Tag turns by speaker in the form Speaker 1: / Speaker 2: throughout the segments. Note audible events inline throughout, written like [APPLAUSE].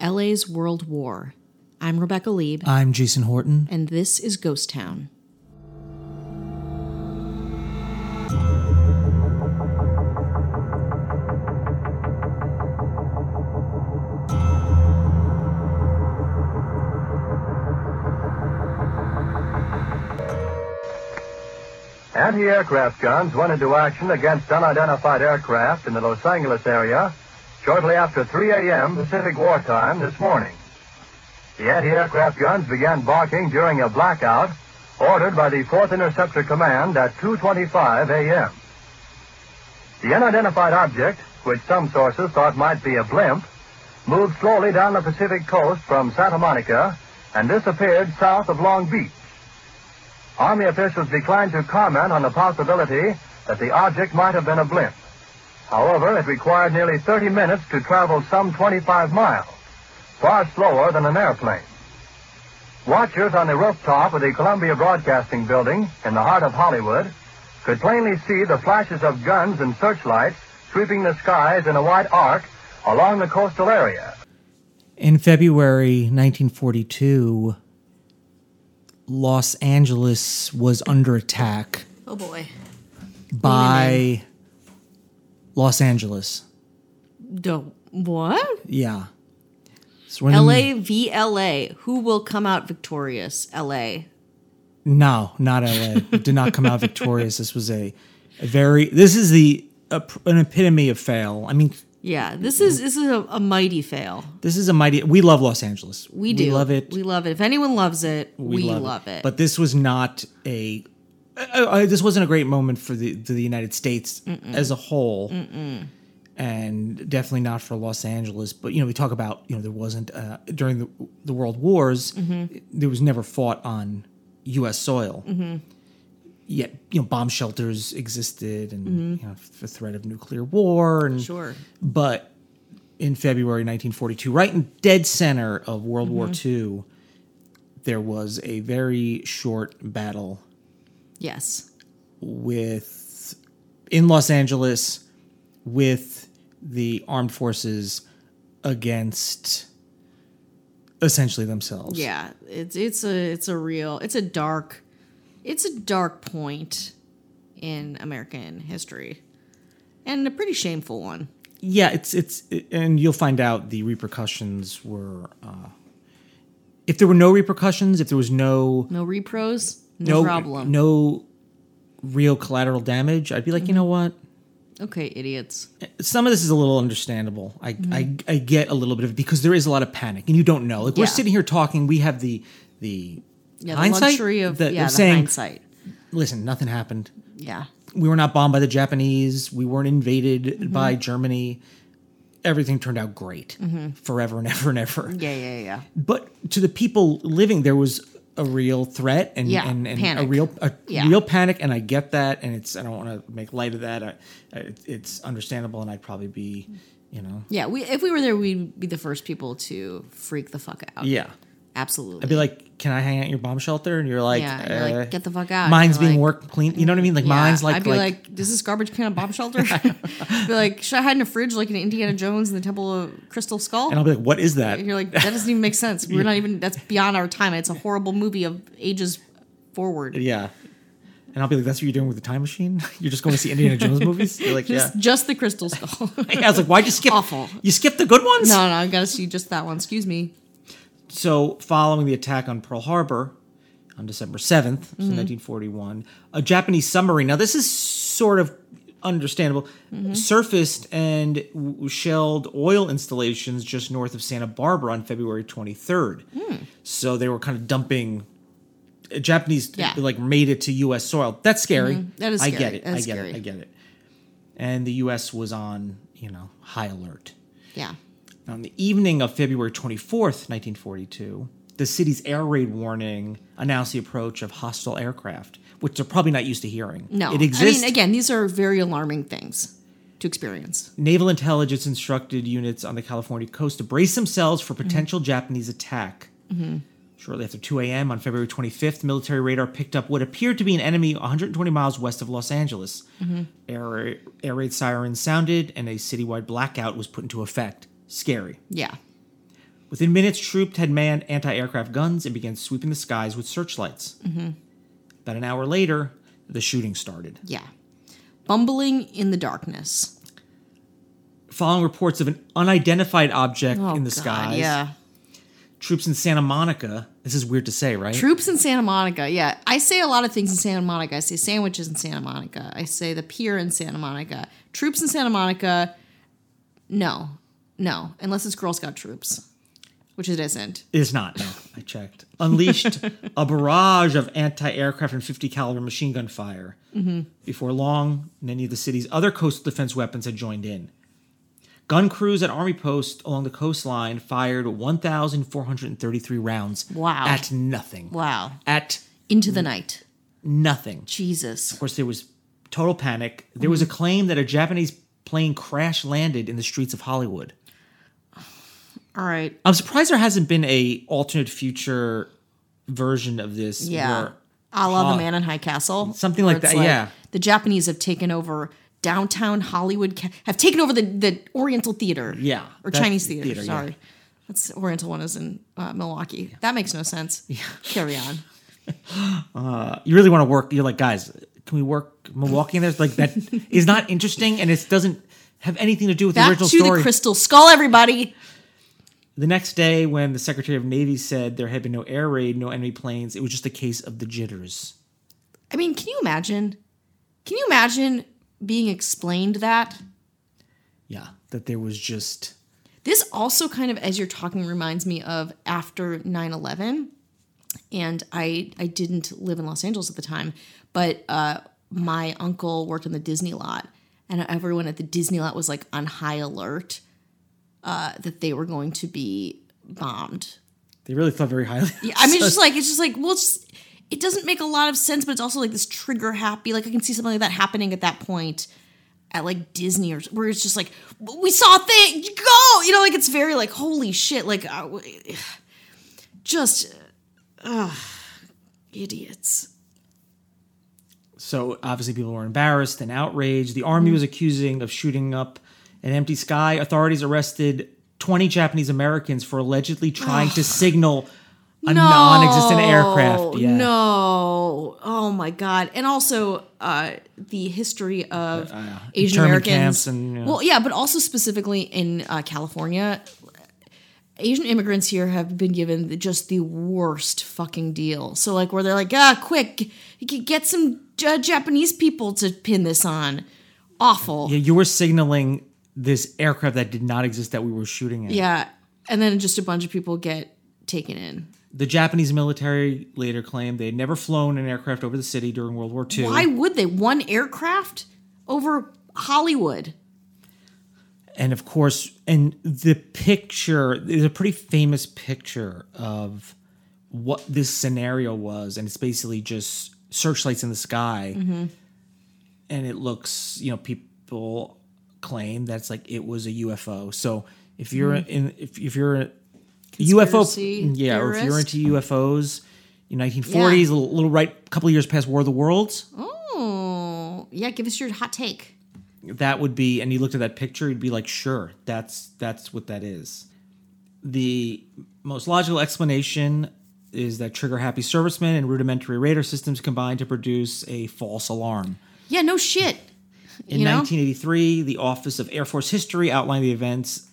Speaker 1: LA's World War. I'm Rebecca Lieb,
Speaker 2: I'm Jason Horton.
Speaker 1: and this is Ghost Town.
Speaker 3: Anti-aircraft guns went into action against unidentified aircraft in the Los Angeles area shortly after 3 a.m. Pacific War Time this morning. The anti-aircraft guns began barking during a blackout ordered by the 4th Interceptor Command at 2.25 a.m. The unidentified object, which some sources thought might be a blimp, moved slowly down the Pacific coast from Santa Monica and disappeared south of Long Beach. Army officials declined to comment on the possibility that the object might have been a blimp. However, it required nearly 30 minutes to travel some 25 miles, far slower than an airplane. Watchers on the rooftop of the Columbia Broadcasting Building in the heart of Hollywood could plainly see the flashes of guns and searchlights sweeping the skies in a wide arc along the coastal area.
Speaker 2: In February 1942, Los Angeles was under attack
Speaker 1: Oh boy.
Speaker 2: by Los Angeles.
Speaker 1: Don't. What?
Speaker 2: Yeah. So when-
Speaker 1: LA v LA. Who will come out victorious? LA.
Speaker 2: No, not LA. It Did not come out victorious. This was a, a very. This is the a, an epitome of fail. I mean,
Speaker 1: Yeah, this is this is a, a mighty fail.
Speaker 2: this is a mighty. We love Los Angeles.
Speaker 1: We do.
Speaker 2: We love it.
Speaker 1: We love it. If anyone loves it, we, love, it.
Speaker 2: But this was not a. Uh, uh, this wasn't a great moment for the for the United States as a whole, and definitely not for Los Angeles. But you know, we talk about you know there wasn't uh, during the the World Wars,
Speaker 1: Mm-hmm.
Speaker 2: there was never fought on U.S. soil. Yet you know, bomb shelters existed, and you know, the threat of nuclear war, and
Speaker 1: Mm-hmm. sure.
Speaker 2: but in February 1942, right in dead center of World War II, there was a very short battle
Speaker 1: Yes.
Speaker 2: with in Los Angeles with the armed forces against essentially themselves.
Speaker 1: Yeah. It's it's a it's a real it's a dark it's a dark point in American history. And a pretty shameful one.
Speaker 2: yeah it's it's and you'll find out the repercussions were uh, if there were no repercussions, if there was no
Speaker 1: No repros, no, problem.
Speaker 2: No real collateral damage. I'd be like, you know what?
Speaker 1: Okay, idiots.
Speaker 2: Some of this is a little understandable. I, I I get a little bit of because there is a lot of panic, and you don't know. Like
Speaker 1: Mm-hmm.
Speaker 2: we're
Speaker 1: Yeah.
Speaker 2: sitting here talking, we have the the
Speaker 1: Yeah, the
Speaker 2: hindsight
Speaker 1: luxury of
Speaker 2: that-
Speaker 1: yeah, the
Speaker 2: saying,
Speaker 1: hindsight.
Speaker 2: Listen, nothing happened.
Speaker 1: Yeah.
Speaker 2: We were not bombed by the Japanese. We weren't invaded
Speaker 1: Mm-hmm.
Speaker 2: by Germany. Everything turned out great forever and ever and ever.
Speaker 1: Mm-hmm. Yeah, yeah, yeah.
Speaker 2: But to the people living, there was a real threat and
Speaker 1: Yeah,
Speaker 2: and, and a
Speaker 1: panic.
Speaker 2: real a
Speaker 1: Yeah.
Speaker 2: real panic, and I get that, and it's I don't want to make light of that. I, I, it's understandable, and I'd probably be, you know,
Speaker 1: Yeah, we if we were there, we'd be the first people to freak the fuck out.
Speaker 2: yeah.
Speaker 1: Absolutely.
Speaker 2: I'd be like, "Can I hang out at your bomb shelter?" And you're like,
Speaker 1: Yeah, and you're like,
Speaker 2: uh,
Speaker 1: "Get the fuck out."
Speaker 2: Mine's
Speaker 1: You're
Speaker 2: being
Speaker 1: like-
Speaker 2: worked clean. You know what I mean? Like
Speaker 1: Yeah,
Speaker 2: mine's like
Speaker 1: I'd be like, does this garbage can a
Speaker 2: [LAUGHS]
Speaker 1: bomb shelter? [LAUGHS] be like, should I hide in a fridge like in Indiana Jones in the Temple of Crystal Skull?
Speaker 2: and I'll be like, "What is that?"
Speaker 1: And you're like, that doesn't even make sense. We're not even. That's beyond our time. It's a horrible movie of ages forward.
Speaker 2: yeah. And I'll be like, "That's what you're doing with the time machine? [LAUGHS] you're just going to see Indiana Jones movies?" You're
Speaker 1: [LAUGHS]
Speaker 2: like,
Speaker 1: Just, just the Crystal
Speaker 2: [LAUGHS]
Speaker 1: Skull. [LAUGHS] no,
Speaker 2: "Yeah." I was like, "Why'd you skip?
Speaker 1: Awful.
Speaker 2: You skipped the good ones?"
Speaker 1: no, I gotta see just that one. Excuse me.
Speaker 2: So, following the attack on Pearl Harbor on December 7th, so
Speaker 1: Mm-hmm.
Speaker 2: 1941, a Japanese submarine, now this is sort of understandable,
Speaker 1: Mm-hmm.
Speaker 2: surfaced and w- shelled oil installations just north of Santa Barbara on February 23rd.
Speaker 1: Hmm.
Speaker 2: So, they were kind of dumping. uh, Japanese
Speaker 1: Yeah. Mm-hmm.
Speaker 2: like made it to U.S. soil. That's scary.
Speaker 1: That is
Speaker 2: I get
Speaker 1: scary.
Speaker 2: it.
Speaker 1: That
Speaker 2: I
Speaker 1: is
Speaker 2: get
Speaker 1: scary.
Speaker 2: it. I get it. And the U.S. was on you know high alert.
Speaker 1: Yeah.
Speaker 2: Now, on the evening of February 24th, 1942, the city's air raid warning announced the approach of hostile aircraft, which they're probably not used to hearing.
Speaker 1: No.
Speaker 2: It
Speaker 1: I
Speaker 2: exists.
Speaker 1: mean, again, these are very alarming things to experience.
Speaker 2: Naval intelligence instructed units on the California coast to brace themselves for
Speaker 1: Mm-hmm.
Speaker 2: potential Japanese attack. Shortly after 2 a.m. on February 25th, military radar picked up what appeared to be an enemy 120 miles west of Los Angeles.
Speaker 1: Mm-hmm.
Speaker 2: Air, air raid sirens sounded, and a citywide blackout was put into effect. Scary.
Speaker 1: Yeah.
Speaker 2: Within minutes, troops had manned anti aircraft guns and began sweeping the skies with searchlights.
Speaker 1: Mm-hmm.
Speaker 2: About an hour later, the shooting started.
Speaker 1: Yeah. Bumbling in the darkness.
Speaker 2: Following reports of an unidentified object in
Speaker 1: Oh,
Speaker 2: the
Speaker 1: God,
Speaker 2: skies,
Speaker 1: Yeah.
Speaker 2: troops in Santa Monica, this is weird to say, right?
Speaker 1: Troops in Santa Monica. Yeah. I say a lot of things in Santa Monica. I say sandwiches in Santa Monica. I say the pier in Santa Monica. Troops in Santa Monica. No. No. Unless it's Girl Scout troops, which it isn't.
Speaker 2: It is not. No,
Speaker 1: [LAUGHS]
Speaker 2: I checked. Unleashed a barrage of anti-aircraft and 50 caliber machine gun fire.
Speaker 1: Mm-hmm.
Speaker 2: Before long, many of the city's other coastal defense weapons had joined in. Gun crews at army posts along the coastline fired 1,433 rounds.
Speaker 1: Wow.
Speaker 2: At nothing.
Speaker 1: Wow.
Speaker 2: At
Speaker 1: Into the night.
Speaker 2: nothing. Of
Speaker 1: Jesus.
Speaker 2: course, there was total panic. There
Speaker 1: Mm-hmm.
Speaker 2: was a claim that a Japanese plane crash landed in the streets of Hollywood.
Speaker 1: All right.
Speaker 2: I'm surprised there hasn't been a alternate future version of this.
Speaker 1: Yeah.
Speaker 2: where-
Speaker 1: a la
Speaker 2: Huh.
Speaker 1: the man in High Castle.
Speaker 2: Something
Speaker 1: where
Speaker 2: like
Speaker 1: it's
Speaker 2: that, yeah.
Speaker 1: The Japanese have taken over downtown Hollywood, Ca- have taken over the, the Oriental Theater.
Speaker 2: Yeah,
Speaker 1: Or
Speaker 2: that's
Speaker 1: Chinese
Speaker 2: the
Speaker 1: Theater,
Speaker 2: theater, yeah.
Speaker 1: sorry. That's Oriental one is in uh, Milwaukee. That makes no
Speaker 2: [LAUGHS]
Speaker 1: sense. Carry on.
Speaker 2: you really want to work. You're like, guys, can we work Milwaukee in this? Like
Speaker 1: [LAUGHS]
Speaker 2: that is not interesting, and it doesn't have anything to do with the
Speaker 1: Back to
Speaker 2: original story.
Speaker 1: the Crystal Skull, everybody.
Speaker 2: the next day, when the Secretary of Navy said there had been no air raid, no enemy planes, it was just a case of the jitters.
Speaker 1: I mean, can you imagine? Can you imagine being explained that?
Speaker 2: Yeah, that there was just
Speaker 1: This also kind of, as you're talking, reminds me of after 9 11. And I, I didn't live in Los Angeles at the time, but uh, my uncle worked on the Disney lot, and everyone at the Disney lot was like on high alert uh, that they were going to be bombed.
Speaker 2: they really thought very highly.
Speaker 1: Yeah, I mean, it's just like it's just like well, it's just, it doesn't make a lot of sense, but it's also like this trigger happy. Like I can see something like that happening at that point at like Disney or where it's just like we saw a thing, go, you know, like it's very like holy shit, like uh, w- [SIGHS] just uh, idiots.
Speaker 2: So obviously, people were embarrassed and outraged. The
Speaker 1: Mm.
Speaker 2: army was accusing of shooting up an empty sky. Authorities arrested 20 Japanese Americans for allegedly
Speaker 1: [SIGHS]
Speaker 2: trying to signal a
Speaker 1: No,
Speaker 2: non-existent aircraft. Yeah.
Speaker 1: No, oh my god, and also uh, the history of Asian
Speaker 2: internment
Speaker 1: Americans.
Speaker 2: camps and, yeah.
Speaker 1: Well, yeah, but also specifically in uh, California, Asian immigrants here have been given the, just the worst fucking deal. So like, where they're like, ah, quick, you could get some uh, Japanese people to pin this on. Awful.
Speaker 2: Yeah, you were signaling this aircraft that did not exist that we were shooting at.
Speaker 1: yeah, and then just a bunch of people get taken in.
Speaker 2: The Japanese military later claimed they had never flown an aircraft over the city during World War II.
Speaker 1: Why would they? One aircraft over Hollywood.
Speaker 2: And of course, and the picture, there's a pretty famous picture of what this scenario was. And it's basically just searchlights in the sky.
Speaker 1: Mm-hmm.
Speaker 2: And it looks, you know, people claim that's like it was a UFO. So if you're in, if, if you're a
Speaker 1: Mm-hmm. Conspiracy
Speaker 2: UFO, yeah, or if you're
Speaker 1: theorist?
Speaker 2: into UFOs, in 1940s, a little, little right, couple of years past War of the Worlds,
Speaker 1: Oh, yeah. Give us your hot take.
Speaker 2: that would be and you looked at that picture you'd be like sure that's that's what that is the most logical explanation is that trigger happy servicemen and rudimentary radar systems combined to produce a false alarm
Speaker 1: Yeah, no shit.
Speaker 2: in
Speaker 1: you know?
Speaker 2: 1983 the office of air force history outlined the events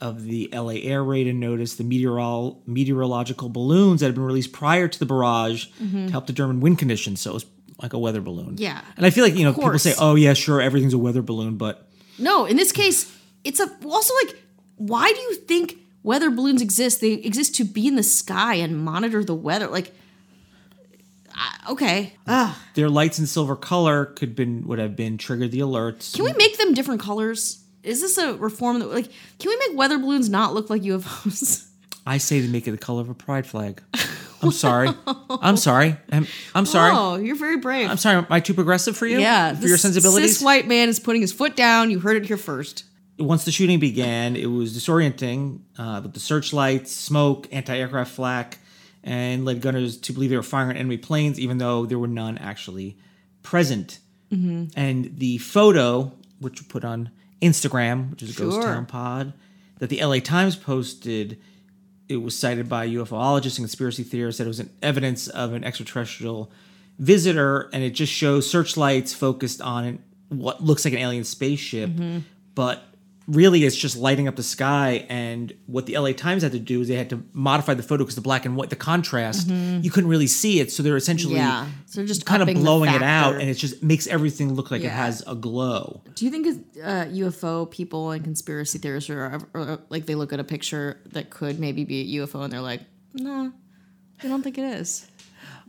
Speaker 2: of the la air raid and noticed the meteorol- meteorological balloons that had been released prior to the barrage to help determine wind conditions so it was like a weather balloon
Speaker 1: Mm-hmm. Yeah,
Speaker 2: and i feel like you know people
Speaker 1: course.
Speaker 2: say oh yeah sure everything's a weather balloon but
Speaker 1: No, in this case, it's a also like, why do you think weather balloons exist? They exist to be in the sky and monitor the weather. Like, I, okay, Ugh.
Speaker 2: their lights in silver color could been would have been triggered the alerts.
Speaker 1: can we make them different colors? is this a reform that like can we make weather balloons not look like UFOs?
Speaker 2: I say they make it the color of a pride flag. I'm
Speaker 1: [LAUGHS]
Speaker 2: sorry. I'm sorry. I'm, I'm sorry.
Speaker 1: Oh, you're very brave.
Speaker 2: I'm sorry. Am I too progressive for you?
Speaker 1: yeah,
Speaker 2: For
Speaker 1: this
Speaker 2: your sensibilities?
Speaker 1: Cis white man is putting his foot down. You heard it here first.
Speaker 2: Once the shooting began, it was disorienting uh, with the searchlights, smoke, anti aircraft flak, and led gunners to believe they were firing at enemy planes, even though there were none actually present.
Speaker 1: Mm-hmm.
Speaker 2: And the photo, which we put on Instagram, which is Ghost
Speaker 1: Sure.
Speaker 2: Town Pod, that the LA Times posted, it was cited by UFOologists and conspiracy theorists that it was an evidence of an extraterrestrial visitor, and it just shows searchlights focused on an- what looks like an alien spaceship,
Speaker 1: Mm-hmm.
Speaker 2: but really it's just lighting up the sky. And what the LA Times had to do is they had to modify the photo because the black and white, the contrast, you couldn't really see it, so they're essentially
Speaker 1: Mm-hmm. Yeah, so they're just
Speaker 2: kind of
Speaker 1: upping the
Speaker 2: blowing it out,
Speaker 1: factor.
Speaker 2: and it just makes everything look like it
Speaker 1: Yeah.
Speaker 2: has a glow.
Speaker 1: Do you think uh, UFO people and conspiracy theorists are, are like they look at a picture that could maybe be a UFO and they're like, nah, I don't think it is. is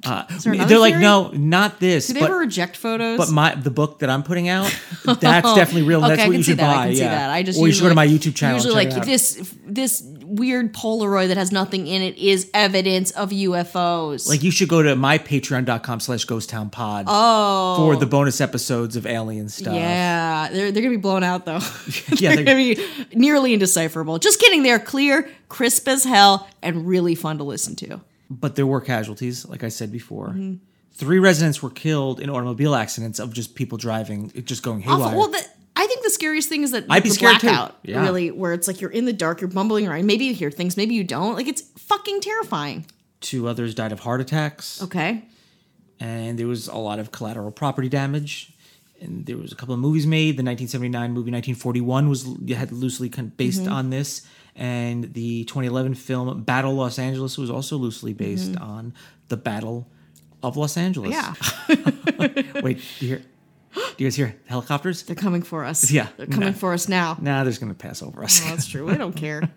Speaker 1: there
Speaker 2: They're
Speaker 1: another
Speaker 2: like,
Speaker 1: theory?
Speaker 2: no, not this.
Speaker 1: Do they
Speaker 2: but-
Speaker 1: ever reject photos? Oh,
Speaker 2: But my the book that I'm putting
Speaker 1: [LAUGHS]
Speaker 2: out, that's definitely real. and
Speaker 1: okay,
Speaker 2: that's
Speaker 1: I
Speaker 2: what
Speaker 1: can
Speaker 2: you
Speaker 1: see
Speaker 2: should
Speaker 1: that.
Speaker 2: buy.
Speaker 1: I can
Speaker 2: yeah.
Speaker 1: see that. I just
Speaker 2: or you should go
Speaker 1: usually,
Speaker 2: to my YouTube channel. and
Speaker 1: Usually,
Speaker 2: check it
Speaker 1: like
Speaker 2: out.
Speaker 1: this this weird Polaroid that has nothing in it is evidence of UFOs.
Speaker 2: Like you should go to my patreon.com slash ghost town pod for the bonus episodes of alien stuff.
Speaker 1: Oh. yeah, they're they're gonna be blown out though.
Speaker 2: [LAUGHS]
Speaker 1: [LAUGHS]
Speaker 2: Yeah,
Speaker 1: they're, gonna be nearly indecipherable. Just kidding. They're clear, crisp as hell, and really fun to listen to.
Speaker 2: But there were casualties, like I said before.
Speaker 1: Mm-hmm.
Speaker 2: Three residents were killed in automobile accidents of just people driving, it just going haywire.
Speaker 1: awful. Well, the, I think the scariest thing is that
Speaker 2: I'd be
Speaker 1: the
Speaker 2: scared too.
Speaker 1: blackout,
Speaker 2: Yeah.
Speaker 1: really, where it's like you're in the dark, you're bumbling around. Maybe you hear things, maybe you don't. Like it's fucking terrifying.
Speaker 2: Two others died of heart attacks,
Speaker 1: Okay.
Speaker 2: and there was a lot of collateral property damage. And there was a couple of movies made. The 1979 movie 1941 was had loosely kind of based on this, and the 2011 film Battle Los Angeles was also loosely based on the Battle of Los Angeles.
Speaker 1: Yeah.
Speaker 2: Wait, do you hear? Do you guys hear
Speaker 1: [LAUGHS]
Speaker 2: helicopters?
Speaker 1: They're coming for us.
Speaker 2: [LAUGHS] Yeah.
Speaker 1: They're coming for us now.
Speaker 2: Nah, they're just gonna pass over us. [LAUGHS]
Speaker 1: That's true. I don't care.